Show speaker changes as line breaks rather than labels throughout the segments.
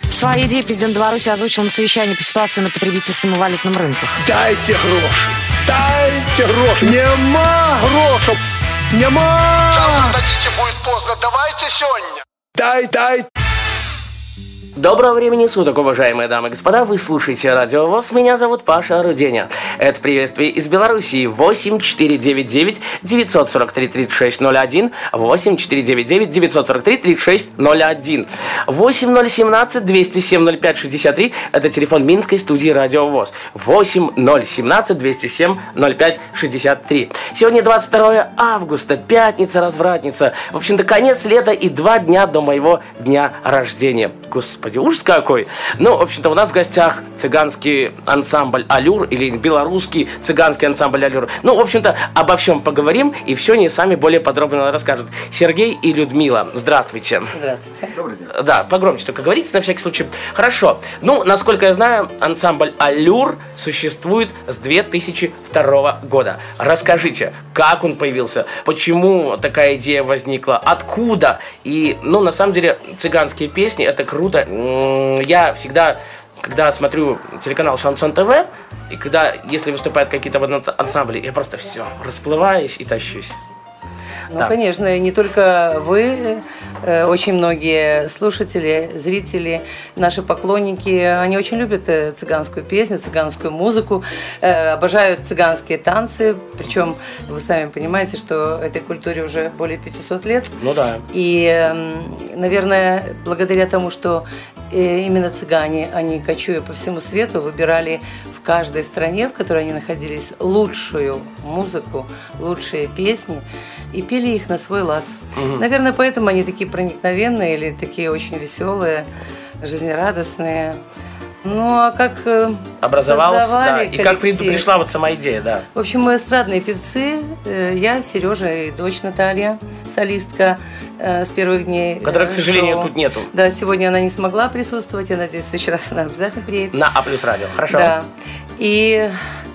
Свои идеи президент Беларуси озвучил на совещании по ситуации на потребительском и валютном рынке.
Дайте гроші! Дайте гроші! Нема грошей! Нема!
Дадите будет поздно, давайте сегодня.
Дай, дай!
Доброго времени суток, уважаемые дамы и господа. Вы слушаете Радио ВОЗ. Меня зовут Паша Руденя. Это приветствие из Белоруссии. 8499-943-3601. 8499-943-3601. 8017-207-0563. Это телефон Минской студии Радио ВОЗ. 8017-207-0563. Сегодня 22 августа, пятница, развратница. В общем-то, конец лета и два дня до моего дня рождения. Господи, ужас какой. Ну, в общем-то, у нас в гостях цыганский ансамбль «Алюр» или белорусский цыганский ансамбль «Алюр». Ну, в общем-то, обо всем поговорим, и все они сами более подробно расскажут. Сергей и Людмила, здравствуйте.
Здравствуйте.
Добрый день.
Да, погромче только говорите, на всякий случай. Хорошо. Ну, насколько я знаю, ансамбль «Алюр» существует с 2002 года. Расскажите, как он появился, почему такая идея возникла, откуда? И, ну, на самом деле, цыганские песни – это круто. М, Я всегда когда смотрю телеканал Шансон ТВ, и когда, если выступают какие-то вот ан- ансамбли, я просто все, расплываюсь и тащусь.
Ну,
Да.
конечно, не только вы, э, очень многие слушатели, зрители, наши поклонники, они очень любят э, цыганскую песню, цыганскую музыку, э, обожают цыганские танцы, причем вы сами понимаете, что этой культуре уже более 500 лет.
Ну да.
И, эм, наверное, благодаря тому, что э, именно цыгане, они, кочуя по всему свету, выбирали в каждой стране, в которой они находились, лучшую музыку, лучшие песни и пели их на свой лад. Наверное, поэтому они такие проникновенные или такие очень веселые, жизнерадостные. Ну, а как э,
Образовалась, да.
создавали
И как при-
коллектив?
пришла вот сама идея, да.
В общем, мы эстрадные певцы. Э, Я, Сережа и дочь Наталья, солистка э, с первых дней. э,
Которой, к сожалению,
шоу.
тут нету.
Да, сегодня она не смогла присутствовать. Я надеюсь, в следующий раз она обязательно приедет.
На А плюс радио. Хорошо.
Да. И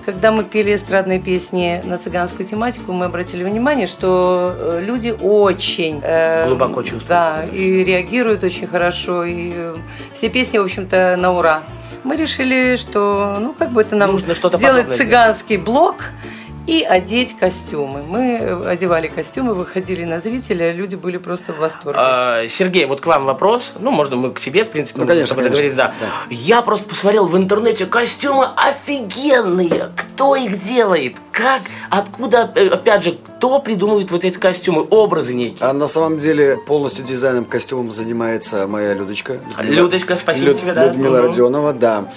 когда мы пели эстрадные песни на цыганскую тематику, мы обратили внимание, что э, люди очень э,
Глубоко чувствуют
Да,
это.
и реагируют очень хорошо. И э, все песни, в общем-то, на ура. Мы решили, что ну как бы это нам
Нужно что-то
сделать
подобное
цыганский блок и одеть костюмы. Мы э, одевали костюмы, выходили на зрителя, люди были просто в восторге.
А, Сергей, вот к вам вопрос. Ну, можно мы к тебе, в принципе,
Ну,
можем
конечно,
с тобой
конечно.
договориться, да. Я просто посмотрел в интернете костюмы офигенные. Кто их делает? Как? Откуда, э, опять же, кто придумывает вот эти костюмы, образы некие?
А на самом деле полностью дизайном костюмом занимается моя Людочка.
Людочка, спасибо тебе, да.
Людмила
Мгм.
Родионова, да.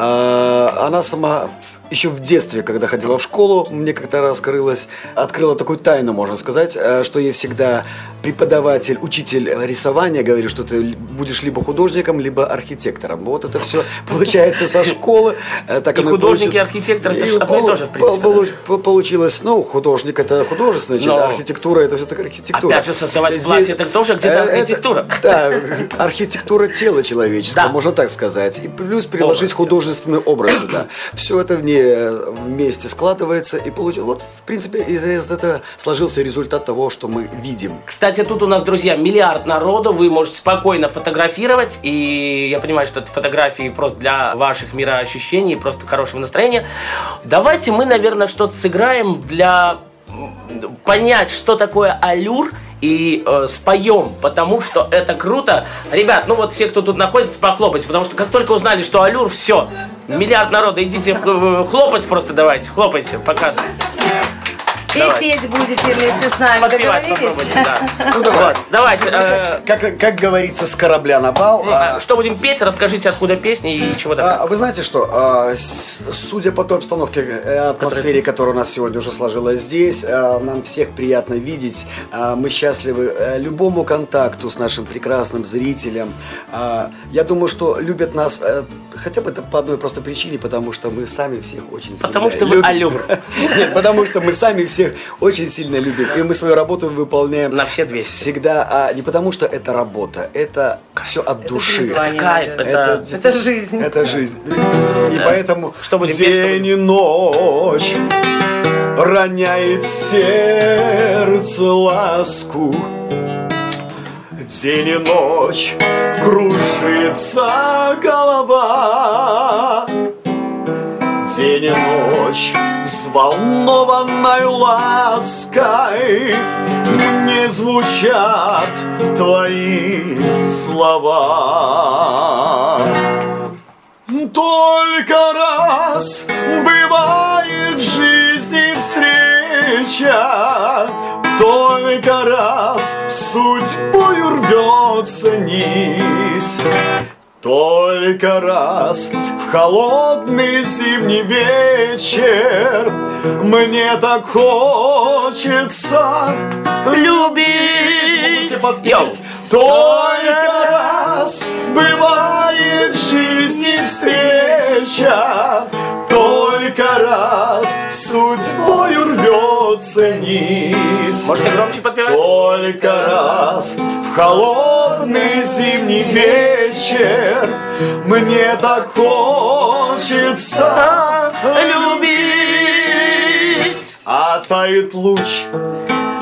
А, она сама еще в детстве, когда ходила в школу, мне как-то раскрылась, открыла такую тайну, можно сказать, э, что ей всегда преподаватель, учитель рисования говорил, что ты л- будешь либо художником, либо архитектором. Вот это все получается со школы. э, Так
И
оно
художник,
получи-
и архитектор, это
И
ж одно и
пол-
то же, в принципе,
пол-
да.
по- получилось, ну, художник это художественная часть,
Но-
а архитектура это все-таки архитектура.
Опять же, создавать платье, так тоже где-то
э, это-
архитектура.
Да, архитектура тела человеческого,
Да.
можно так сказать. И плюс
Образ.
приложить художественный образ сюда. Все это вне, вместе складывается и получил. Вот, в принципе, из, из этого сложился результат того, что мы видим.
Кстати, тут у нас, друзья, миллиард народу, вы можете спокойно фотографировать, и я понимаю, что это фотографии просто для ваших мироощущений, просто хорошего настроения. Давайте мы, наверное, что-то сыграем для м, понять, что такое аллюр, и э, споем, потому что это круто. Ребят, ну вот все, кто тут находится, похлопать, потому что как только узнали, что аллюр, все, миллиард народа, идите э, хлопать просто давайте, хлопайте, пока.
и
давай.
петь будете вместе с нами,
Подпевать
договорились?
попробуйте, да. Вот, Ну, Давайте. э,
Ну, Как, как говорится, с корабля на бал. а,
А, Что будем петь? Расскажите, откуда песни и чего там.
А, а вы знаете что, а, с- судя по той обстановке, э, атмосфере, которая у нас сегодня уже сложилась здесь, а, нам всех приятно видеть. А, Мы счастливы э, любому контакту с нашим прекрасным зрителем. А, Я думаю, что любят нас э, хотя бы это по одной простой причине, потому что мы сами всех очень сильно
Потому что вы
любим.
аллюр.
Нет, потому что мы сами всех очень сильно любим. И мы свою работу выполняем
На все 200.
всегда. а не потому, что это работа, это все от души.
призвание,
Кайф,
наверное.
это...
действительно-
Это жизнь.
Это жизнь. И поэтому
Что будем петь, что
день и ночь роняет сердце ласку. День и ночь кружится голова День и ночь взволнованной лаской Не звучат твои слова только раз бывает в жизни встреча, Только раз судьбою рвется нить. Только раз в холодный зимний вечер Мне так хочется любить.
Йоу.
Только раз бывает в жизни встреча, Только раз судьбою рвется нить.
Можете громче подпевать?
Только раз в холодный зимний вечер Мне так хочется
Любить.
А тает луч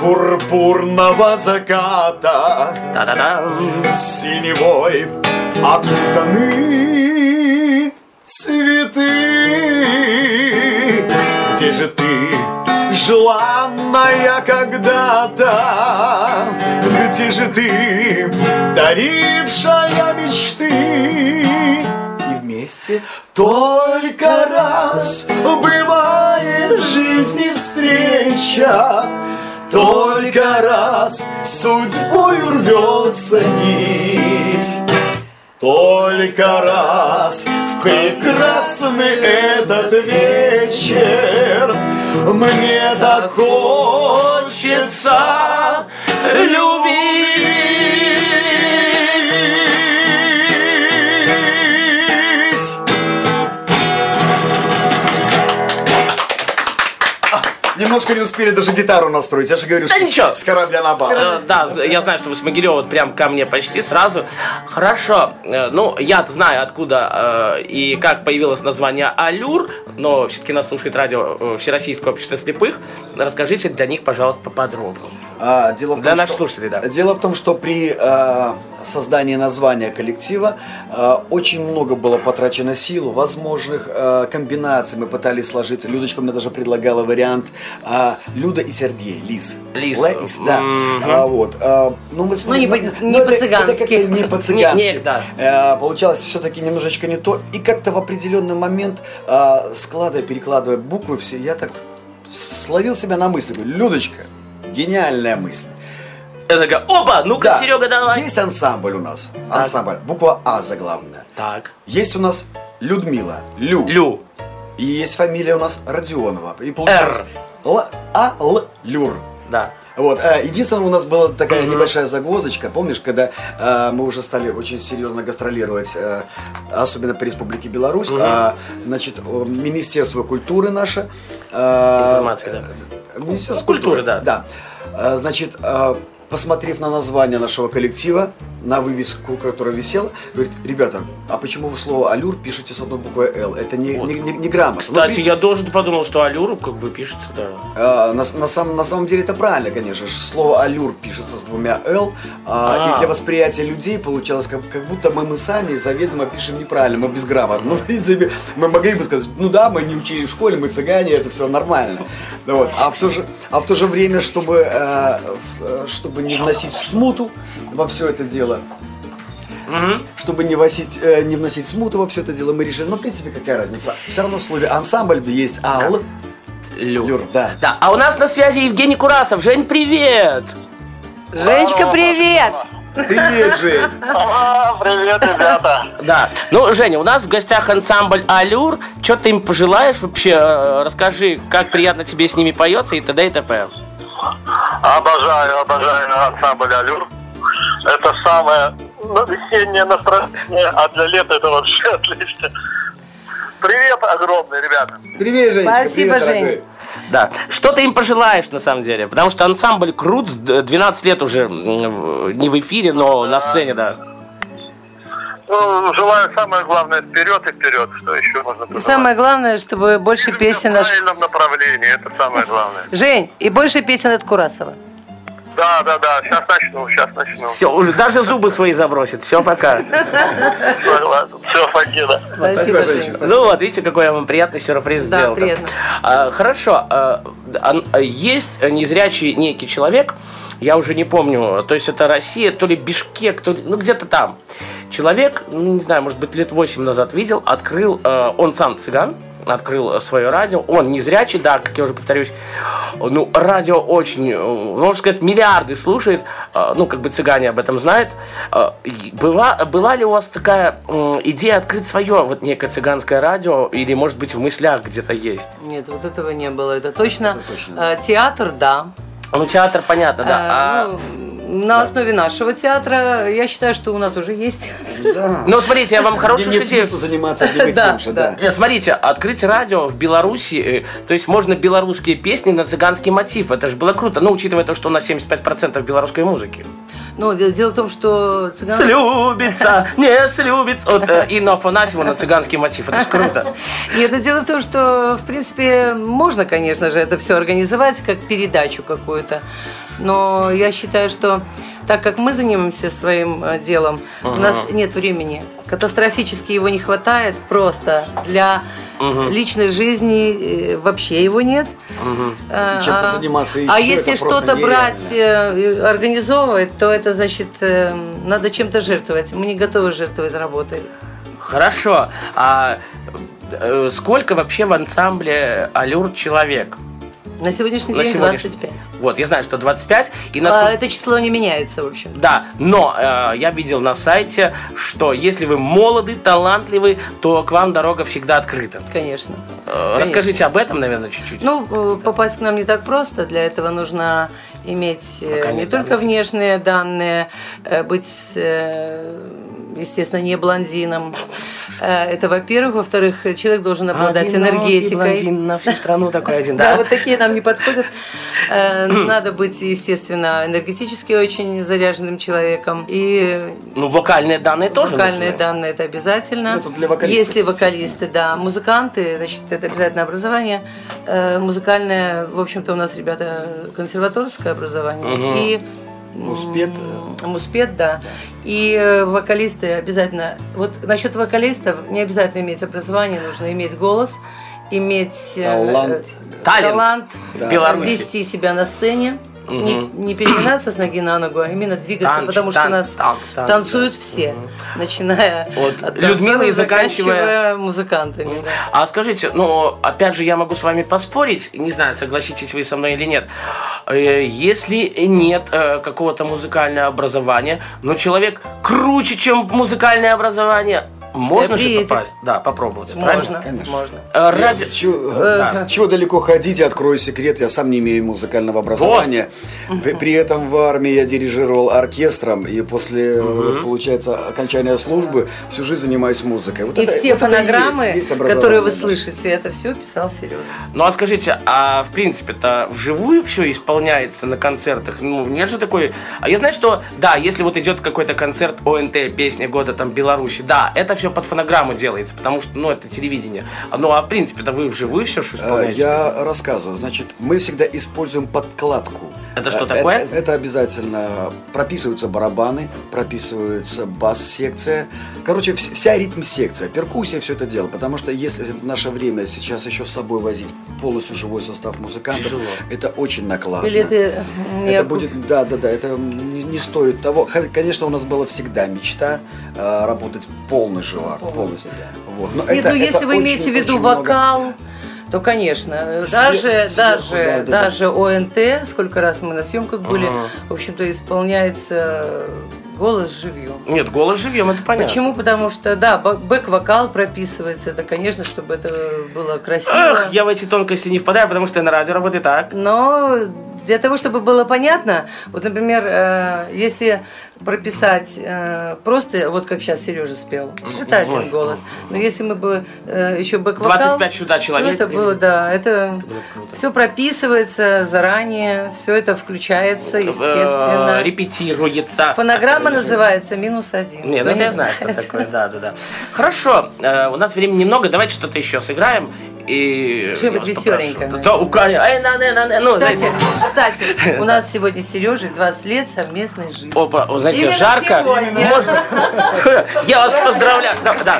пурпурного заката
Та-да-дам.
синевой окутаны цветы. Где же ты, желанная когда-то? Где же ты, дарившая мечты? И вместе только раз бывает в жизни встреча, только раз судьбой рвется нить. Только раз в прекрасный этот вечер Мне так хочется любить А, Немножко не успели даже гитару настроить. Я же говорю,
Да
что
ничего.
с корабля на бал.
Э, Да, з- я знаю, что вы с Могилева вот прям ко мне почти сразу. Хорошо, э, ну я знаю, откуда э, и как появилось название Алюр, но все-таки нас слушает радио э, Всероссийское общество слепых. Расскажите для них, пожалуйста, поподробнее.
А, дело в
Для
том,
наших
что-
слушателей, да.
Дело в том, что при э, создании названия коллектива э, очень много было потрачено сил, возможных э, комбинаций мы пытались сложить. Людочка мне даже предлагала вариант э, Люда и Сергей, Лис.
Лис.
Лис, да.
Мгм.
А, вот. э, ну, мы с-
Ну, не по-
ну,
не
ну, это-
по-цыгански.
это как-то не по-цыгански.
Не- не, да.
Э, получалось все-таки немножечко не то. И как-то в определенный момент, э, складывая, перекладывая буквы все, я так словил себя на мысли. Говорю, Людочка, гениальная мысль.
Я такая, опа, ну-ка,
Да,
Серега, давай.
Есть ансамбль у нас. Ансамбль. Буква А заглавная.
Так,
Есть у нас Людмила. Лю.
Лю.
И есть фамилия у нас Родионова. И получилось
Р.
Л- А. Л. Люр.
Да.
Вот. а, Единственное, у нас была такая небольшая загвоздочка. Помнишь, когда а, мы уже стали очень серьезно гастролировать, э, особенно по Республике Беларусь, а, значит, о, Министерство культуры наше. а,
Информация, да.
э, Министерство
Ну, культуры,
культуры,
да.
Да. А, Значит, а, посмотрев на название нашего коллектива, на вывеску, которая висела, говорит, ребята, а почему вы слово «алюр» пишете с одной буквой «л»? Это не,
Вот.
не, не- не грамотно. Ну,
Кстати,
пи-
я тоже подумал, что Алюр как бы пишется, да.
а, на, на самом, на самом деле это правильно, конечно же. Слово «алюр» пишется с двумя «л»,
А.
а, и для восприятия людей получалось, как, как будто мы, мы сами заведомо пишем неправильно, мы безграмотно. Ну, в принципе, мы могли бы сказать, ну да, мы не учили в школе, мы цыгане, это все нормально. Да Вот. А, в то же, а в то же время, чтобы, э, в- э, чтобы не вносить в смуту во все это дело,
Мгм.
чтобы не, вносить э, не вносить смуту во все это дело, мы решили, ну, в принципе, какая разница. Все равно в слове «ансамбль» есть «ал»,
Лю.
«люр», да.
Да, а у нас на связи Евгений Курасов. Жень, привет!
Женечка, привет!
Привет, Жень!
А, привет, ребята.
Да. Ну, Женя, у нас в гостях ансамбль Алюр. Что ты им пожелаешь вообще? Э, Расскажи, как приятно тебе с ними поется и т.д. и т.п.
Обожаю, обожаю ансамбль «Алюр». Это самое ну, весеннее настроение, а для лета это вообще отлично. Привет огромный, ребята.
Привет, Женечка.
Спасибо,
Привет, дорогой.
Да. Что ты им пожелаешь на самом деле? Потому что ансамбль крут, с д- 12 лет уже м, в- не в эфире, но на сцене, да.
Ну, желаю самое главное вперед и вперед, что еще можно
И
пожелать.
самое главное, чтобы больше
Двигаться
песен
В
наш...
правильном направлении, это самое главное.
Жень, и больше песен от Курасова.
Да, да, да, сейчас начну, сейчас начну.
Все, уже даже зубы свои забросит. Все, пока.
Согласен. Все, Факина.
Спасибо, Жень.
женщина.
Ну вот, видите, какой я вам приятный сюрприз
Да,
сделал.
приятно.
А, хорошо, а, ан- а, есть незрячий некий человек, я уже не помню, то есть это Россия, то ли Бишкек, то ли, ну где-то там. Человек, ну, не знаю, может быть, лет 8 назад видел, открыл, э, он сам цыган, открыл э, свое радио, он незрячий, да, как я уже повторюсь, ну, радио очень, э, можно сказать, миллиарды слушает, э, ну, как бы цыгане об этом знают. Э, и Была, была ли у вас такая м, идея открыть свое, вот некое цыганское радио, или, может быть, в мыслях где-то есть?
Нет, вот этого не было. Это точно.
Это точно.
Э, Театр, да.
Ну, театр, понятно, да.
Э,
А,
ну, на основе нашего театра, я считаю, что у нас уже есть театр.
Да.
Ну, смотрите, я вам хорошую
Нет
идею...
смысла заниматься одним и
Да,
тем же,
да.
да.
Нет, смотрите, открыть радио в Беларуси, э, то есть можно белорусские песни на цыганский мотив. Это же было круто, ну, учитывая то, что у нас 75% белорусской музыки.
Ну, де- дело в том, что цыган...
Слюбится, не слюбится. Вот, э, и на фанатиму на цыганский мотив. Это ж круто.
Нет, ну, дело в том, что, в принципе, можно, конечно же, это все организовать как передачу какую-то. Но я считаю, что так как мы занимаемся своим э, делом, у нас нет времени. Катастрофически его не хватает просто для личной жизни э, вообще его нет. А,
Чем-то
а-
заниматься еще,
А
это
если
просто
что-то
нереально.
брать, э, организовывать, то это значит э, надо чем-то жертвовать. Мы не готовы жертвовать работой.
Хорошо. А э, сколько вообще в ансамбле Алюр человек?
На сегодняшний
На
день
сегодняшний-
25.
Вот, я знаю, что 25. И
А,
Э,
насколько-
это число не меняется, в общем.
Да, но э, я видел на сайте, что если вы молоды, талантливы, то к вам дорога всегда открыта.
Конечно.
Э, Расскажите об этом, наверное, чуть-чуть.
Ну, э, попасть к нам не так просто. Для этого нужно иметь э,
Пока
не
нет
только
данных.
внешние данные, э, быть, э, естественно, не блондином. Э, Это, во-первых. Во-вторых, человек должен обладать
Одинокий
энергетикой.
блондин на всю страну такой один,
Да,
да?
вот такие нам не подходят. Э, Надо быть, естественно, энергетически очень заряженным человеком. И
Ну, вокальные данные тоже
Вокальные
нужны.
данные это обязательно.
Ну, это для вокалистов,
Если вокалисты, да, музыканты, значит, это обязательно образование. Э, музыкальное, в общем-то, у нас, ребята, консерваторское образование.
Мгм.
И м,
Муспед, э.
Муспед, да. И э, вокалисты обязательно. Вот насчет вокалистов не обязательно иметь образование, нужно иметь голос, иметь э,
Талант.
э,
Талент.
талант, э,
Да.
Беларуси.
вести себя на сцене. Не,
Мгм.
не переминаться с ноги на ногу, а именно двигаться,
Танч-
потому что
тан-
нас
танц- танц,
танцуют все, начиная
Вот,
от
Людмила и
танцоров,
заканчивая-
музыкантами. да.
А скажите, ну, опять же, я могу с вами поспорить, не знаю, согласитесь вы со мной или нет. Э, Если нет э, какого-то музыкального образования, но человек круче, чем музыкальное образование, можно же
приедет.
попасть? Да, попробовать.
Можно,
правильно?
Конечно.
можно.
Э, ради-
Чего,
Да.
чего далеко ходить, я открою секрет, я сам не имею музыкального образования. При, при этом в армии я дирижировал оркестром, и после, э, получается, окончания службы всю жизнь занимаюсь музыкой. Вот
И
это-
все
вот это и есть-
фонограммы,
есть образование
которые вы
наше.
слышите, это все писал Сережа.
Ну а скажите, а в принципе-то вживую все исполняется на концертах? Ну, нет же такой... А я знаю, что, да, если вот идет какой-то концерт ОНТ, песня года там Беларуси, да, это все под фонограмму делается, потому что, ну, это телевидение. А, Ну а в принципе-то вы вживую все же
Э,
исполняете?
Я рассказываю. Значит, мы всегда используем подкладку.
Это что
Э,
такое?
Это, это обязательно. Прописываются барабаны, прописывается бас-секция. Короче, вс- вся ритм-секция, перкуссия, все это дело. Потому что если в наше время сейчас еще с собой возить полностью живой состав музыкантов,
Тяжело.
это очень накладно.
Билеты я
Это будет, да, да, да, это не, не стоит того. Ха- Конечно, у нас была всегда мечта э, работать полный живак,
Полностью,
полностью.
да.
Вот. Но
Нет,
это-
ну, если
это
вы имеете
очень-
в виду
очень много-
вокал, то, конечно,
Све-
даже,
сверху, да,
даже,
да, да.
даже ОНТ, сколько раз мы на съемках были,
Ага.
в общем-то, исполняется голос живьем.
Нет, голос живьем, это понятно.
Почему? Потому что, да, ба- бэк-вокал прописывается, это, конечно, чтобы это было красиво.
Эх, я в эти тонкости не впадаю, потому что я на радио работаю так.
Но для того, чтобы было понятно, вот, например, э, если прописать э, просто, вот как сейчас Сережа спел, это
ой.
один голос.
ну,
Но если мы бы э, еще бэк-вокал,
25 сюда
ну,
человек.
это было, да, это все прописывается заранее, все это включается,
Э,
Ну, естественно.
Репетируется.
Фонограмма называется минус один.
Не,
Кто
ну это я
знает.
знаю, что такое, да, да, да. Хорошо, э, у нас времени немного, давайте что-то еще сыграем. и...
Что-нибудь
я вас попрошу.
веселенькое,
Да, у Кани. Эй, на, на, на, на, ну,
Кстати,
знаете,
кстати, у нас сегодня с Сережей 20 лет совместной жизни.
Опа, вот знаете,
Именно
жарко.
сегодня.
Можно- Я вас поздравляю. Да, да.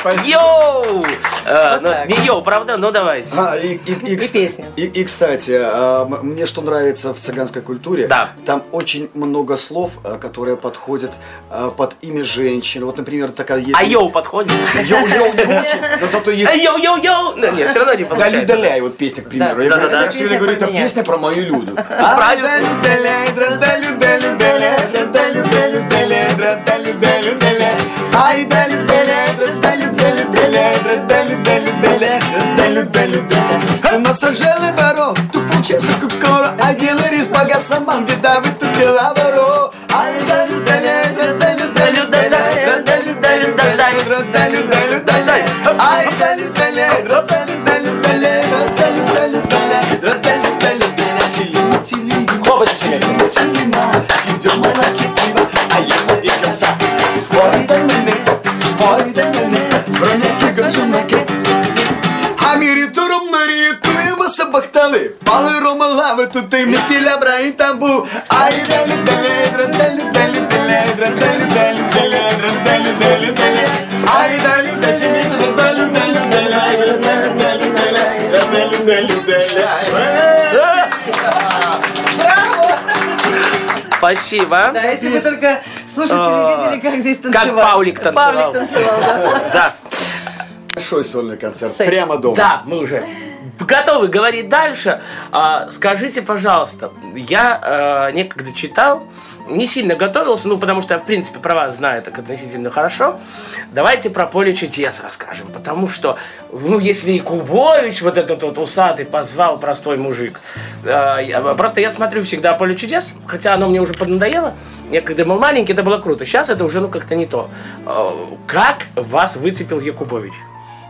Спасибо.
Йоу! Э,
Вот
ну,
так.
Не йоу, правда? Ну, давайте.
А, и, и- и,
И
кста-
песню.
И, и, кстати, а, м- мне что нравится в цыганской культуре,
Да.
там очень много слов, а, которые подходят а, под имя женщин. Вот, например, такая есть...
А йоу А, подходит? Э,
Йоу, йоу, не очень, но зато есть...
Эй, йоу-йоу-йоу! Ну, нет, все равно не
Дали
получается.
даляй, вот песня, к примеру. я
да,
говорю,
да,
я
да.
всегда говорю, это
Песня про
песня про мою Люду.
Про Люду.
Дали даляй, дра дали дали даляй, дра дали дали даляй, дра дали дали даляй. Ай, дали даляй, дра дали дали даляй, дра дали дали даляй, дра дали дали даляй. Но сожжали воров, ту получился кукора, а гелери с бога сама, где давы тут дела воро. Ай, дали даляй, дра дали дали даляй, дра дали дали даляй, дра дали дали даляй. Ай, дали даляй, дра дали дали даляй, дра дали дали даляй, дра дали дали даляй. Силим, тилим,
Хлопать себе.
силим, тилима, идем мы на Кипиво, а я мы идем в сад. Ой, да мене, ой, да мене, броники гонжунаки. Амири турум нари, туи васа бахтали, пали рома лави, тут и микиля браи табу. Ай, дали, дали, дра, дали, дали, дали, дра, дали, дали, дали, дра, дали, дали, дали. Ай, дали, дали, место, дра, дали, дали, дали, дра, дали, дали, дали, дра, дали, дали, дали.
Да. Спасибо.
Да, если бы только
А,
слушатели видели, как здесь
как
танцевал.
Павлик танцевал.
Павлик танцевал, да.
Да.
Большой сольный концерт,
Сеть.
прямо дома.
Да, мы уже готовы говорить дальше. А, скажите, пожалуйста, я э, некогда читал, не сильно готовился, ну, потому что я, в принципе, про вас знаю так относительно хорошо. Давайте про поле чудес расскажем, потому что, ну, если и Кубович, вот этот вот усатый, позвал простой мужик, э, я- просто я смотрю всегда поле чудес, хотя оно мне уже поднадоело, я когда был маленький, это было круто, сейчас это уже, ну, как-то не то. Э, как вас выцепил Якубович?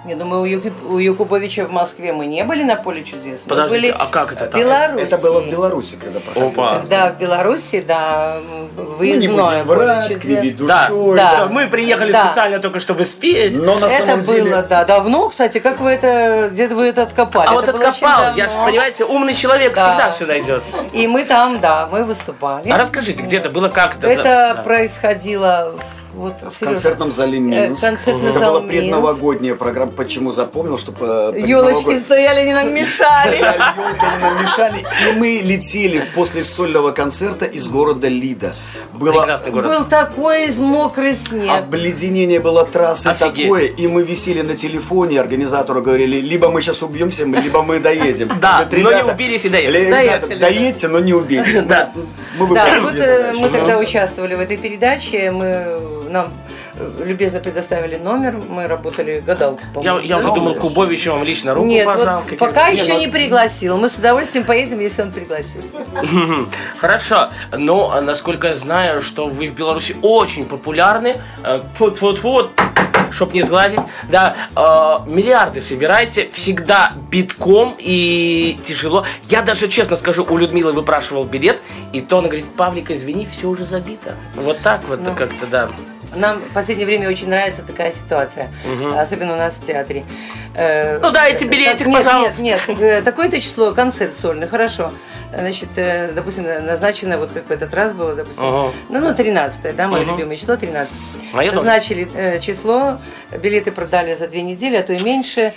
Не, ну мы у, Юки- у Якубовича в Москве мы не были на поле чудес. Мы
Подождите,
были
а как это
в
так?
Беларуси.
Это было в Беларуси, когда проходило.
Опа.
Да, в Беларуси, да, м,
Ну, не
выездное
будем
поле
врать,
чудес.
кривить
Да.
душой.
Да.
Что, мы приехали
Да. Ну,
специально только чтобы спеть.
Но на
это
самом
было,
деле...
да, давно, кстати, как вы это, где вы это откопали?
а
Это
вот
было очень
откопал, я же,
давно.
понимаете, умный человек
Да.
всегда все найдет.
И мы там, да, мы выступали.
А расскажите, где это было, как это?
Это
Да.
происходило в- вот,
В
Серёжа,
концертном зале Минск.
Э, концертный
это
зал
была
Минск.
предновогодняя программа. Почему запомнил, чтобы
Елочки стояли, они нам мешали.
елка нам мешали. И мы летели после сольного концерта из города Лида. Было
Прекрасный город.
Был такой из- мокрый снег.
Обледенение было трассы
Офигеть.
такое, и мы висели на телефоне, организатору говорили, либо мы сейчас убьемся, либо мы доедем.
Да,
Говорит,
но не
«Ребята,
убились и доехали».
ле- ребята,
Доехали, да.
доедьте, но не убейтесь. Мы-
Да.
Мы
Да,
выполнили
вот
две
э,
задачи.
мы тогда
Ну,
участвовали в этой передаче, мы нам э, любезно предоставили номер, мы работали гадалку,
Я,
по-моему.
я уже
да?
думал, Кубович вам лично руку
Ну, Нет,
пожал.
вот
какие-то-
пока еще
ну,
не пригласил. Мы с удовольствием поедем, если он пригласил.
Мгм. Хорошо, но а, насколько я знаю, что вы в Беларуси очень популярны. Э, Вот, вот, вот, чтоб не сглазить. Да, э, миллиарды собираете, всегда битком и тяжело. Я даже, честно скажу, у Людмилы выпрашивал билет, и то она говорит, Павлик, извини, все уже забито. Вот так вот
Ну.
как-то, да.
Нам в последнее время очень нравится такая ситуация, а, особенно у нас в театре. Э,
Ну, дайте
э,
билетик,
так- нет,
пожалуйста.
Нет, нет, э, такое-то число, концерт сольный, хорошо. Значит, э, допустим, назначено, вот как в этот раз было, допустим,
Ага.
ну, ну, 13 да, мое
Мгм.
любимое число, 13.
Мое тоже.
Назначили э, число, билеты продали за две недели, а то и меньше. Э,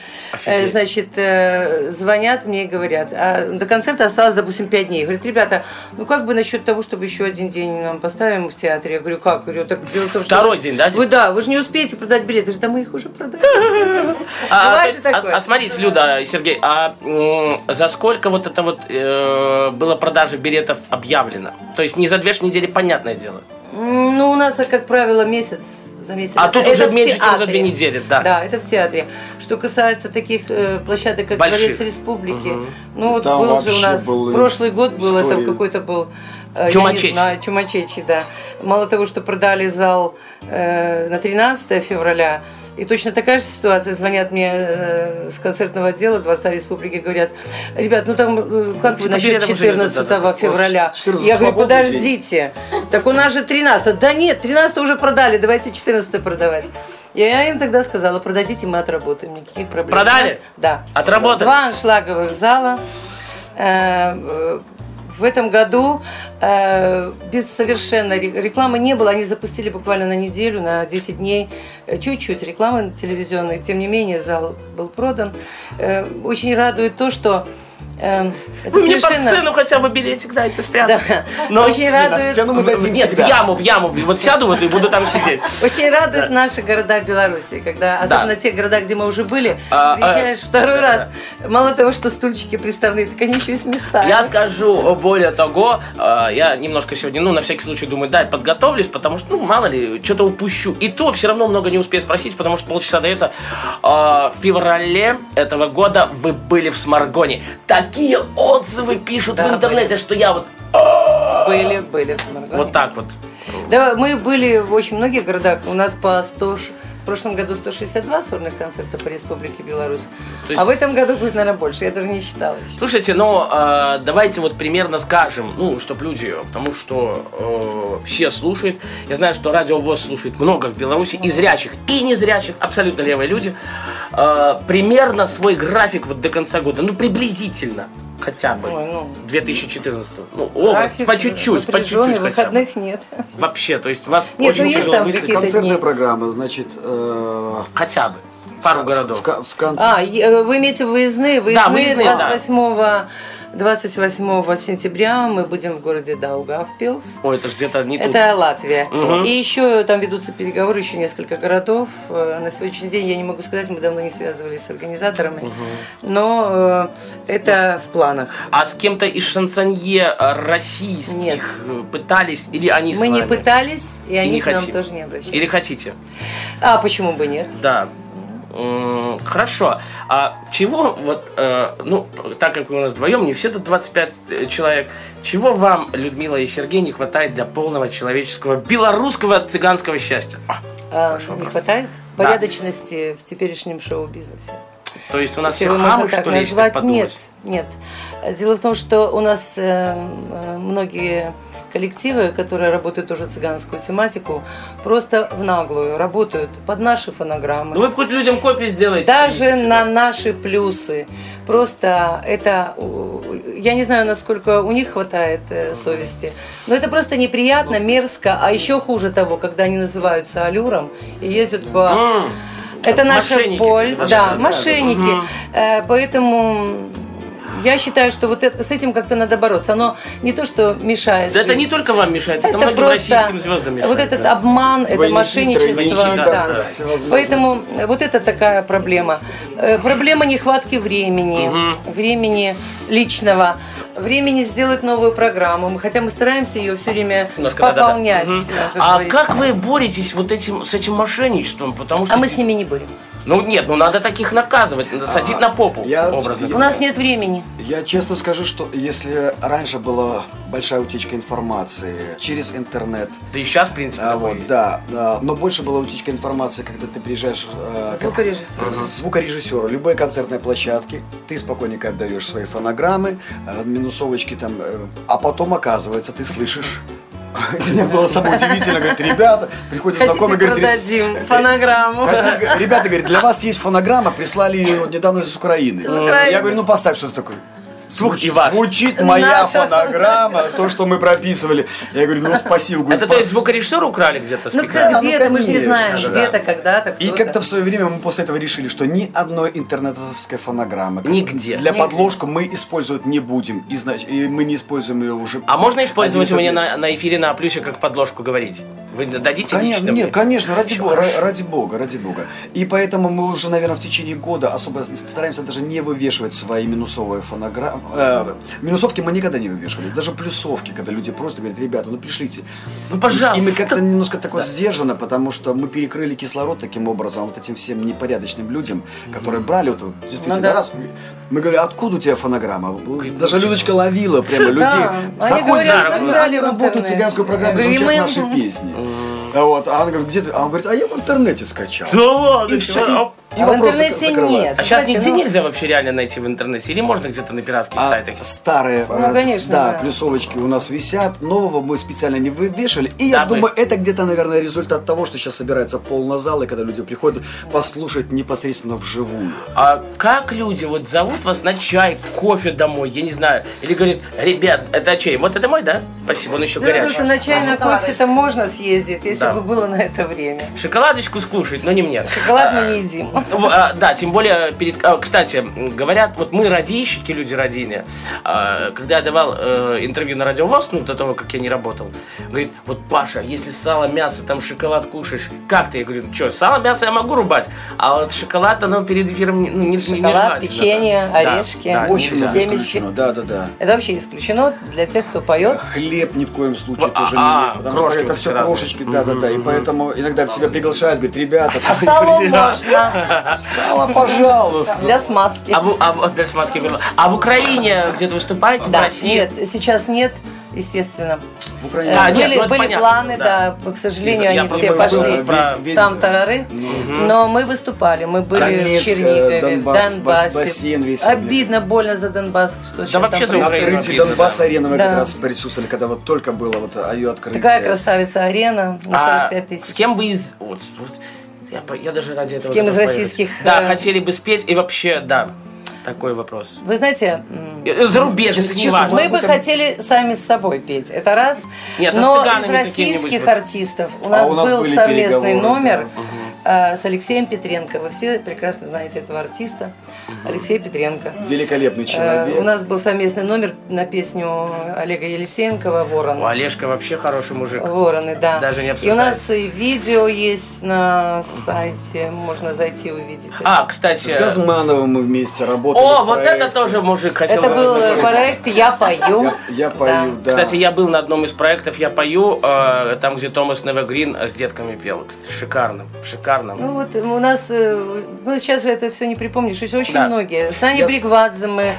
Офигеть.
Значит, э, звонят мне и говорят, а до концерта осталось, допустим, 5 дней. Говорят, ребята, ну как бы насчет того, чтобы еще один день нам поставим в театре? Я говорю, как? Говорю, так дело в том, что...
Второй
вы же-
день, да,
Вы, да, вы же не успеете продать билеты. Говорю, да мы их уже продали.
А,
Бывает
то
же
есть,
такое.
а- а смотрите, Люда и Сергей, а м, за сколько вот это вот э, было продажи билетов объявлено? То есть не за две ж недели, понятное дело.
М, Ну, у нас, как правило, месяц за месяц.
А тут
Это
уже
в
меньше, чем за
театре.
две недели, да.
Да, это в театре. Что касается таких э, площадок, как
Больших.
Дворец Республики,
Мгм.
ну вот
Там
был же у
вообще
нас
были
прошлый год был, это
истории.
какой-то был. э, Я
Чумачечи.
не знаю, Чумачечи, да. Мало того, что продали зал э, на 13 февраля, и точно такая же ситуация. Звонят мне э, с концертного отдела Дворца Республики, говорят, ребят, ну там, э, как вы
Типа
насчет
билетов уже нет, да-да-да.
14 февраля?
Просто 14
Я говорю,
свободный день.
подождите. Так у нас же 13. Да нет, 13 уже продали, давайте 14 продавать. И я им тогда сказала, продадите, мы отработаем, никаких проблем.
Продали?
У нас- Да.
Отработали?
Два аншлаговых зала. Э, э, В этом году э, без совершенно ре- рекламы не было. Они запустили буквально на неделю, на 10 дней э, чуть-чуть рекламы телевизионной. Тем не менее, зал был продан. Э, Очень радует то, что э, это
Вы мне Ну, под
совершенно-
сцену хотя бы билетик дайте спрятать.
Да.
Но-
Очень радует
сцену Ну, мы дадим
Нет, в
всегда.
яму, в яму. Вот сяду вот и буду там сидеть.
Очень радуют наши города Беларуси, когда, особенно те города, где мы уже были,
А, а,
приезжаешь второй раз. Мало того, что стульчики приставные, так они еще и с местами.
Я скажу, более того, э, я немножко сегодня, ну, на всякий случай думаю, да, подготовлюсь, потому что, ну, мало ли, что-то упущу. И то все равно много не успею спросить, потому что полчаса до этого. Э, В феврале этого года вы были в Сморгоне. Такие отзывы пишут
Да,
в интернете, что я вот,
Были, были в Сморгоне.
вот так вот.
Да, мы были в очень многих городах. У нас по 100... ш- В прошлом году 162 сольных концерта по Республике Беларусь.
То есть-
А в этом году будет, наверное, больше. Я даже не считала еще.
Слушайте, ну э, давайте вот примерно скажем, ну, чтоб люди, потому что э, все слушают. Я знаю, что радио ВОЗ слушает много в Беларуси, и зрячих, и незрячих, абсолютно левые люди. Э, примерно свой график вот до конца года, ну, приблизительно хотя бы.
Ой, ну,
2014. Ну, оба,
график
по чуть-чуть, по
напряженный,
чуть-чуть хотя бы.
выходных нет.
Вообще, то есть вас
Нет,
очень
ну, есть
тяжело
там
выделить.
какие-то
Концертная
дни.
программа, значит, э,
Хотя бы. Пару городов.
в, ка- в конце...
А, е- вы имеете выездные? Выездные,
выездные, да.
28, 28 сентября мы будем в городе Даугавпилс.
Ой, это же где-то не тут.
Это Латвия.
Мгм.
И еще там ведутся переговоры, еще несколько городов. Э, На сегодняшний день я не могу сказать, мы давно не связывались с организаторами, но э, это в планах.
А с кем-то из шансонье э, российских
Нет.
э, пытались? Или они с
мы не
вами?
пытались, и они
не
к нам
хотим.
тоже не обращались.
Или хотите?
А почему бы нет?
Да. М, Хорошо. А чего вот, э, ну, так как вы у нас вдвоем, не все тут 25 человек, чего вам, Людмила и Сергей, не хватает для полного человеческого белорусского цыганского счастья? А,
А,
Хороший
не
вопрос.
хватает
Да.
порядочности в теперешнем шоу-бизнесе.
То есть у нас
Если
все
его можно
хамы,
так
что ли, если
назвать.
так
Нет,
подумать?
нет. Дело в том, что у нас э, э, многие коллективы, которые работают тоже цыганскую тематику, просто в наглую работают под наши фонограммы.
Ну вы хоть людям кофе сделаете.
Даже
принесите.
на наши плюсы. Просто это, у- я не знаю, насколько у них хватает э, совести, но это просто неприятно, мерзко, а еще хуже того, когда они называются алюром и ездят по...
М,
Это наша
мошенники,
боль,
мошенники,
да,
да,
мошенники.
Мгм.
Э, Поэтому я считаю, что вот это, с этим как-то надо бороться. Оно не то, что мешает.
Да это
жить.
не только вам мешает, это,
Это
многим
просто
российским звездам мешает.
вот этот
да.
обман, это
Двойники,
мошенничество.
да,
тройники,
да.
да.
всевозможные.
Поэтому э, вот это такая проблема. Э, Проблема нехватки времени,
Мгм.
времени личного, времени сделать новую программу. Мы- Хотя мы стараемся ее все время
Немножко, да-да-да.
пополнять.
Мгм.
э, как
А
говорится.
как вы боретесь вот этим, с этим мошенничеством? Потому что...
А мы с ними не боремся.
Ну нет, ну надо таких наказывать, надо садить на попу,
А, я-
образно
я-
У
говоря.
нас нет времени.
Я честно скажу, что если раньше была большая утечка информации через интернет,
Да и сейчас, в принципе,
а,
такое
вот,
есть.
да, да, но больше была утечка информации, когда ты приезжаешь э, как
Звукорежиссер.
звукорежиссеру любой концертной площадки, ты спокойненько отдаешь свои фонограммы, э, минусовочки там, э, а потом оказывается ты слышишь. Меня было самое удивительно, говорит, ребята, приходит
Хотите,
знакомый, говорит, «Ре-
«Э,
продадим фонограмму.
Хотите, г- ребята, говорят, для вас есть фонограмма, прислали ее вот недавно из Украины.
Украины.
Я говорю, ну поставь что-то такое.
Звук
Звучит,
Иваш.
звучит моя
Наша.
фонограмма, то, что мы прописывали. Я говорю, ну спасибо. говорю,
Это то есть звукорежиссера украли где-то?
Ну
спектакль?
как-
ну,
где-то, мы же не
конечно
знаем,
же, да.
где-то, когда-то,
И
кто-то.
как-то в свое время мы после этого решили, что ни одной интернетовской фонограммы как-
Нигде.
для
Нигде.
подложку мы использовать не будем. И, значит, и мы не используем ее уже.
А можно использовать у
11
меня
лет.
на, на эфире на плюсе как подложку говорить? Вы дадите
Конечно,
лично
нет,
мне?
конечно, ради,
Всё
бога,
хорошо.
ради бога, ради бога. И поэтому мы уже, наверное, в течение года особо с- стараемся даже не вывешивать свои минусовые фонограммы. Э, минусовки мы никогда не вывешивали, даже плюсовки, когда люди просто говорят, ребята, ну пришлите.
Ну, пожалуйста.
И мы как-то немножко такое сдержано, потому что мы перекрыли кислород таким образом вот этим всем непорядочным людям, которые брали вот, вот действительно
Ну да.
раз. Мы говорим, откуда у тебя фонограмма? Даже Людочка ловила прямо
Да.
людей.
Они
Заходит,
говорят,
«Вы
«Ну,
взяли
да,
работу
интернет».
цыганскую программу,
Я говорю,
звучат
«Мы-
наши
мгм».
песни. А Вот, а она говорит, где ты? А он говорит, а я в интернете скачал.
Да ладно,
И всё,
чувак,
и
оп.
И
Ну, А в
вопросы
интернете
закрывают.
нет.
А сейчас
Знаете,
нигде
ну,
нельзя вообще реально найти в интернете? Или можно где-то на пиратских
А
сайтах?
старые,
Ну,
э,
конечно,
да,
да.
плюсовочки у нас висят. Нового мы специально не вывешивали. И я
Да,
думаю, это где-то, наверное, результат того, что сейчас собирается полнозал, и когда люди приходят послушать непосредственно вживую.
А как люди вот зовут вас на чай, кофе домой, я не знаю, или говорит, ребят, это чай, вот это мой, да? Спасибо, он еще
Знаете, что
горячий.
на чай, на кофе-то можно съездить, если
Да.
бы было на это время.
Шоколадочку скушать, но не мне.
Шоколад мы не едим.
В- а, Да, тем более перед. а, Кстати, м, говорят, вот мы радийщики, люди родины. Когда я давал э, интервью на радиовоз, ну, до того, как я не работал, говорит, вот Паша, если сало, мясо, там шоколад кушаешь, как ты? Я говорю, что, сало, мясо я могу рубать, а вот шоколад, оно перед эфиром ну, не, не-
Шоколад,
нежелательно, да».
печенье,
Да,
орешки.
да,
Очень
А, нельзя.
много
Семечки.
исключено. Да, да, да.
Это вообще исключено для тех, кто поет.
Хлеб ни в коем случае
Во-
тоже
а,
не лезь, потому что
крошки
это
вот
все
эти разные.
крошечки, да, да, да. И поэтому иногда тебя приглашают, говорят, ребята,
А сало можно
сало, пожалуйста.
для смазки.
А, в- а в- да, с Москвы говорила. А в Украине где-то выступаете? в
Да,
России?
нет, сейчас нет, естественно.
В
Э,
Украине
Да, нет, ну
были
это
были
понятно,
планы,
да.
да, к сожалению,
Я
они
просто
все
забыл,
пошли.
да,
весь- весь-
Там тарары,
Ну.
но мы выступали, мы были
Донецк,
в Чернигове,
э, Донбасс,
в Донбассе.
бас- бассейн весь
Обидно, больно за Донбасс, что
вообще
сейчас там
за
происходит.
Украину.
Открытие
Видно, да.
Донбасс-арены мы
Да.
как раз присутствовали, когда вот только было вот а ее открытие.
Такая красавица арена на
А
45
с
тысяч.
кем вы из... вот, вот, я, по- я даже ради этого...
кем
готов
из
поехать.
российских,
Да,
э,
хотели бы спеть и вообще, да, такой вопрос.
Вы знаете, м,
Э, Зарубежных,
Если честно,
неважно.
мы
об
бы
этом-
хотели сами с собой петь. Это раз.
Нет, а с
Но
цыганами
из
какими-нибудь
российских
вот.
артистов у нас
А у нас
был
были
совместный
переговоры,
номер э, с Алексеем Петренко. Вы все прекрасно знаете этого артиста. Алексей Петренко.
Великолепный
Э,
человек.
У нас был совместный номер на песню Олега Елисеенкова
У
«Ворон».
Олежка вообще хороший мужик.
Вороны, да.
Даже не
и у
обсуждается.
нас и видео есть на сайте, можно зайти и увидеть.
А, кстати...
С Газмановым мы вместе работали.
О,
в
вот это
проекте.
тоже мужик хотел...
Это был
наверное,
проект «Я пою».
Я, я пою, да.
Кстати, я был на одном из проектов «Я пою», э, там, где Томас Невегрин с детками пел. Кстати, Шикарно, шикарно.
Ну вот у нас, э, ну сейчас же это все не припомнишь, еще очень
Да.
многие. С Нани
Я с-
Бригвадзе мы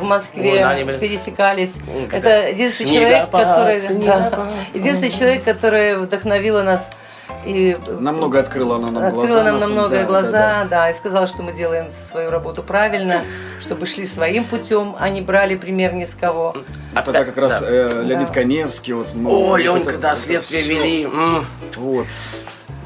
в Москве
Ой, Наня Бриг-
пересекались.
Никогда.
Это единственный человек,
Снегопад,
который, да.
снегопад.
единственный человек, который вдохновила нас и
Намного открыла она нам глаза.
Открыла нам
на самом-
намного
да, да,
глаза,
да.
да, и сказала, что мы делаем свою работу правильно, чтобы шли своим путем, а не брали пример ни с кого.
Вот Тогда как раз
А да.
э, Леонид
Да.
Коневский. Вот, мы-
О,
вот
Ленька,
это-
да,
это
следствие
всё.
вели. м.
Вот.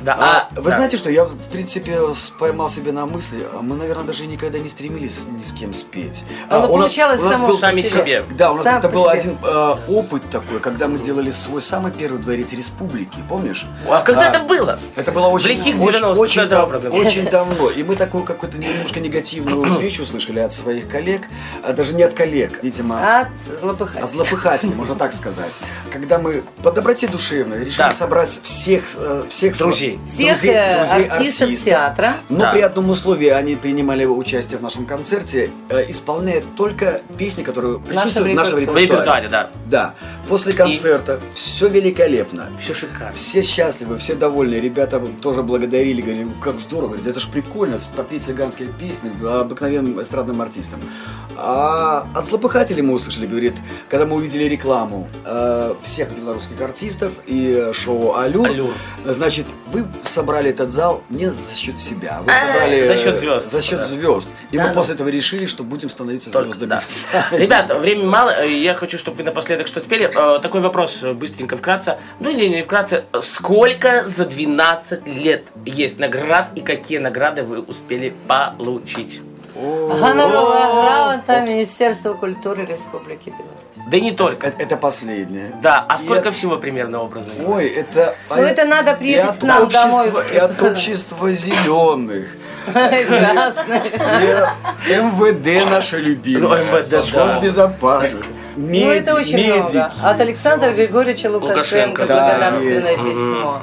Да,
А, вы
да.
знаете что, я в принципе с- поймал себе на мысли, а мы, наверное, даже никогда не стремились ни с кем спеть.
Оно
А, у нас-
получалось
у нас
само
был-
Сами себе.
Да, у нас
Сам
это
по
был
себе.
один э, опыт такой, когда мы делали свой самый первый дворец республики, помнишь?
А когда
А,
это было?
Это было очень,
Блихих
очень,
90-х,
очень
да, да,
дав-
образно.
очень давно. И мы такую какую-то немножко негативную вот вещь услышали от своих коллег, а даже не от коллег, видимо,
От злопыхания.
а злопыхателей, можно так сказать. Когда мы по доброте душевной решили
Да.
собрать всех, э, всех сво-
Друзей.
Всех
друзей-
э,
друзей
артистов,
артистов.
театра.
Но
Да.
при одном условии они принимали участие в нашем концерте, э, исполняя только песни, которые присутствуют в нашем
В
репертуаре.
репертуаре.
репертуаре, да.
Да. После концерта все великолепно.
Все шикарно.
Все счастливы, все довольны. Ребята тоже благодарили, говорили, как здорово. Говорят, это ж прикольно, с- попеть цыганские песни обыкновенным эстрадным артистам. А от злопыхателей мы услышали, говорит, когда мы увидели рекламу э, всех белорусских артистов и э, шоу «Алюр»,
Аллюр.
Значит, вы собрали этот зал не за счет себя, вы собрали э,
За счет звезд.
За счет
Да.
звезд. И
Да,
мы
да.
после этого решили, что будем становиться
Только,
звездами.
да.
сами.
Ребята, времени мало. э, Я хочу, чтобы вы напоследок что-то пели. Э, Такой вопрос э, быстренько вкратце. Ну или не вкратце. Сколько за 12 лет есть наград и какие награды вы успели получить?
Гоноровая грамота Министерства культуры Республики Беларусь.
Да и не только.
Это, это последнее.
Да, а сколько
Я-
всего примерно образно?
Ой, это...
Ну, это надо
и
приехать
от
к нам
общества-
домой.
И от общества зеленых.
Прекрасно.
и МВД наше любимое.
Ну, МВД, да.
Госбезопасность.
Ну, это очень
медики.
много. От Александра Григорьевича Лукашенко,
Лукашенко,
да,
благодарственное
есть.
письмо.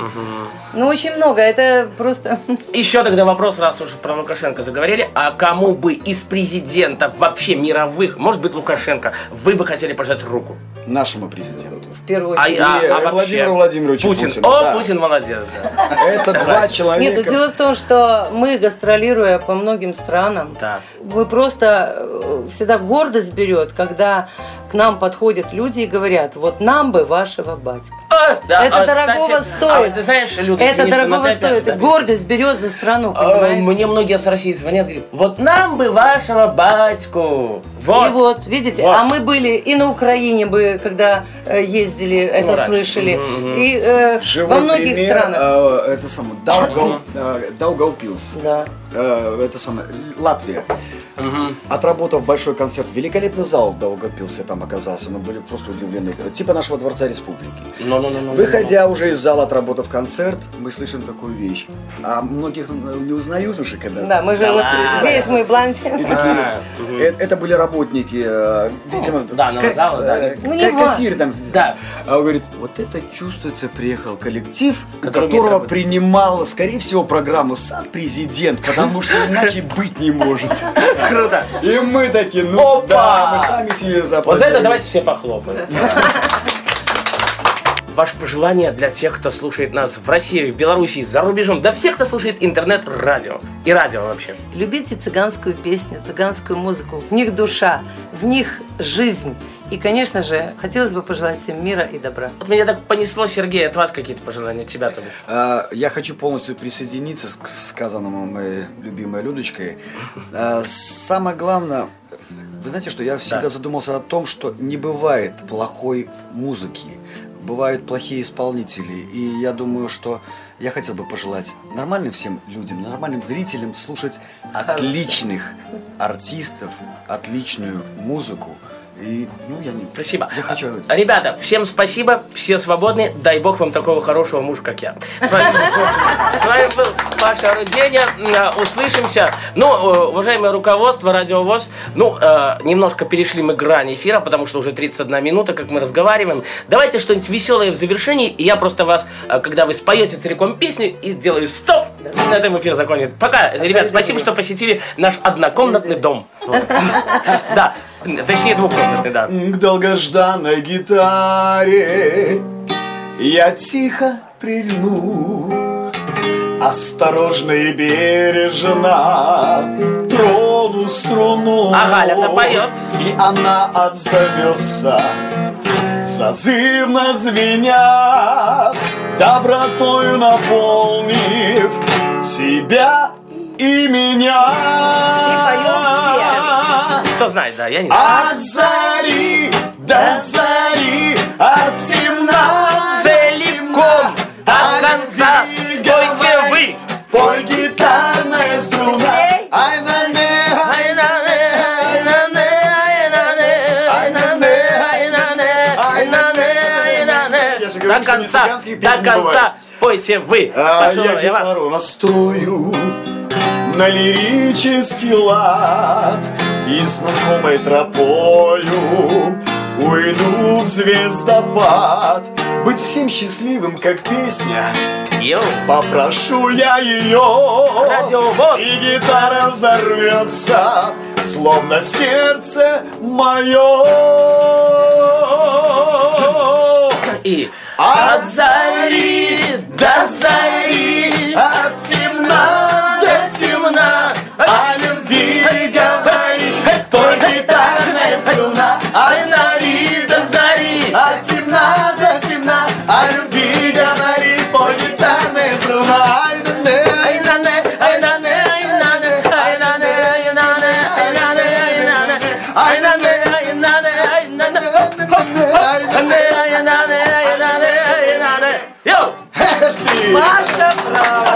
Ну, очень много. Это просто...
Еще тогда вопрос, раз уж про Лукашенко заговорили, а кому бы из президентов вообще мировых, может быть Лукашенко, вы бы хотели пожать руку?
Нашему президенту.
В первую
А,
очередь.
а-
И
а вообще?
Владимиру Владимировичу
Путин.
Путину,
О,
да.
Путин молодец. да.
Это два
Нет,
человека.
ну, дело в том, что мы, гастролируя по многим странам,
Да.
мы просто э, всегда гордость берет, когда к нам подходят люди и говорят, вот нам бы вашего батька.
а, да,
Это
а,
дорогого
кстати, а,
стоит.
ты знаешь, Люда,
Это
извини, что
дорогого
на тебя
стоит.
так-
Гордость берет за страну,
А,
понимаете?
Мне многие с России звонят, говорят, вот нам бы вашего батьку. Вот.
И вот, видите,
Вот.
а мы были и на Украине бы, когда э, ездили, это
Ну, раньше.
слышали,
Мгм, мгм.
и э,
Живой
во многих
пример,
странах.
э, это самое, Даугал, э, Даугавпилс.
Да.
Э, это самое, Латвия.
Мгм.
Отработав большой концерт, великолепный зал Даугавпилса там оказался, мы были просто удивлены. Типа нашего Дворца Республики.
Ну-ну-ну-ну-ну.
Выходя уже из зала, отработав концерт, мы слышим такую вещь. А многих м, не узнают уже, когда...
Да, мы же
Да
вот
ладно.
здесь мы
И
бланси.
А,
такие,
мгм. Ну,
э, это были работники, э, видимо,
Да, на
ка-
зала, да.
э,
Ну,
ка-
не важно.
кассир там.
Да.
А он говорит, вот это чувствуется, приехал коллектив, у
Который умеет
которого
работать.
принимал, скорее всего, программу сам президент, потому что иначе быть не может.
Круто.
И мы такие, ну
Опа!
да, мы сами себе заплатили.
Вот за это давайте все похлопаем. Ваше пожелание для тех, кто слушает нас в России, в Беларуси, за рубежом, да всех, кто слушает интернет-радио. И радио вообще.
Любите цыганскую песню, цыганскую музыку. В них душа, в них жизнь. И, конечно же, хотелось бы пожелать всем мира и добра.
Вот меня так понесло, Сергей, от вас какие-то пожелания, от тебя, то бишь.
А, Я хочу полностью присоединиться с- к сказанному моей любимой Людочкой. А, Самое главное, вы знаете, что я всегда
Да.
задумался о том, что не бывает плохой музыки, бывают плохие исполнители. И я думаю, что я хотел бы пожелать нормальным всем людям, нормальным зрителям слушать отличных артистов, отличную музыку. И, ну, я не...
Спасибо. А,
Я хочу... это.
Ребята, всем спасибо, все свободны. Дай бог вам такого хорошего мужа, как я. С вами, с вами был Паша Руденя. М, Услышимся. Ну, э, уважаемое руководство, радиовоз, ну, э, немножко перешли мы грань эфира, потому что уже 31 минута, как мы разговариваем. Давайте что-нибудь веселое в завершении, и я просто вас, э, когда вы споете целиком песню, и сделаю стоп, и на этом эфир закончит. Пока, ребят, спасибо, что посетили наш однокомнатный дом. Вот. Да, точнее двухкомнатный, да.
к долгожданной гитаре Я тихо прильну Осторожно и бережно Трону струну
А Галя напоет?
И она отзовется Зазывно звеня Добротою наполнив Тебя и меня
И поем все.
Кто знает, да, я не знаю.
От зари до зари, от темна до
Целиком,
темна.
до
О
конца
любви
стойте
говори,
вы.
Пой гитарная струна.
Эй!
Ай, на не, ай, Я же говорю,
До
что ни
конца,
цыганских
до
песен не бывает.
конца пойте вы.
А
Так что
я
я вас-
гитару настрою на лирический лад И знакомой тропою уйду в звездопад Быть всем счастливым, как песня,
Йоу.
попрошу я ее
Радиовоз.
И гитара взорвется, словно сердце мое
И
от зари до зари, от темна до темна, о любви говори, той гитарная струна. От зари до зари, от темна до темна, о любви говори, пой гитарная струна. Ай, да не, ай, да не, ай, да не, ай, да не, ай, да не, ай, да не, ай, да не, ай, да не, ай, да не, ай, да не, ай, да не, ай, да не, ай, да не.
Йоу!
Хэштег!
Паша права.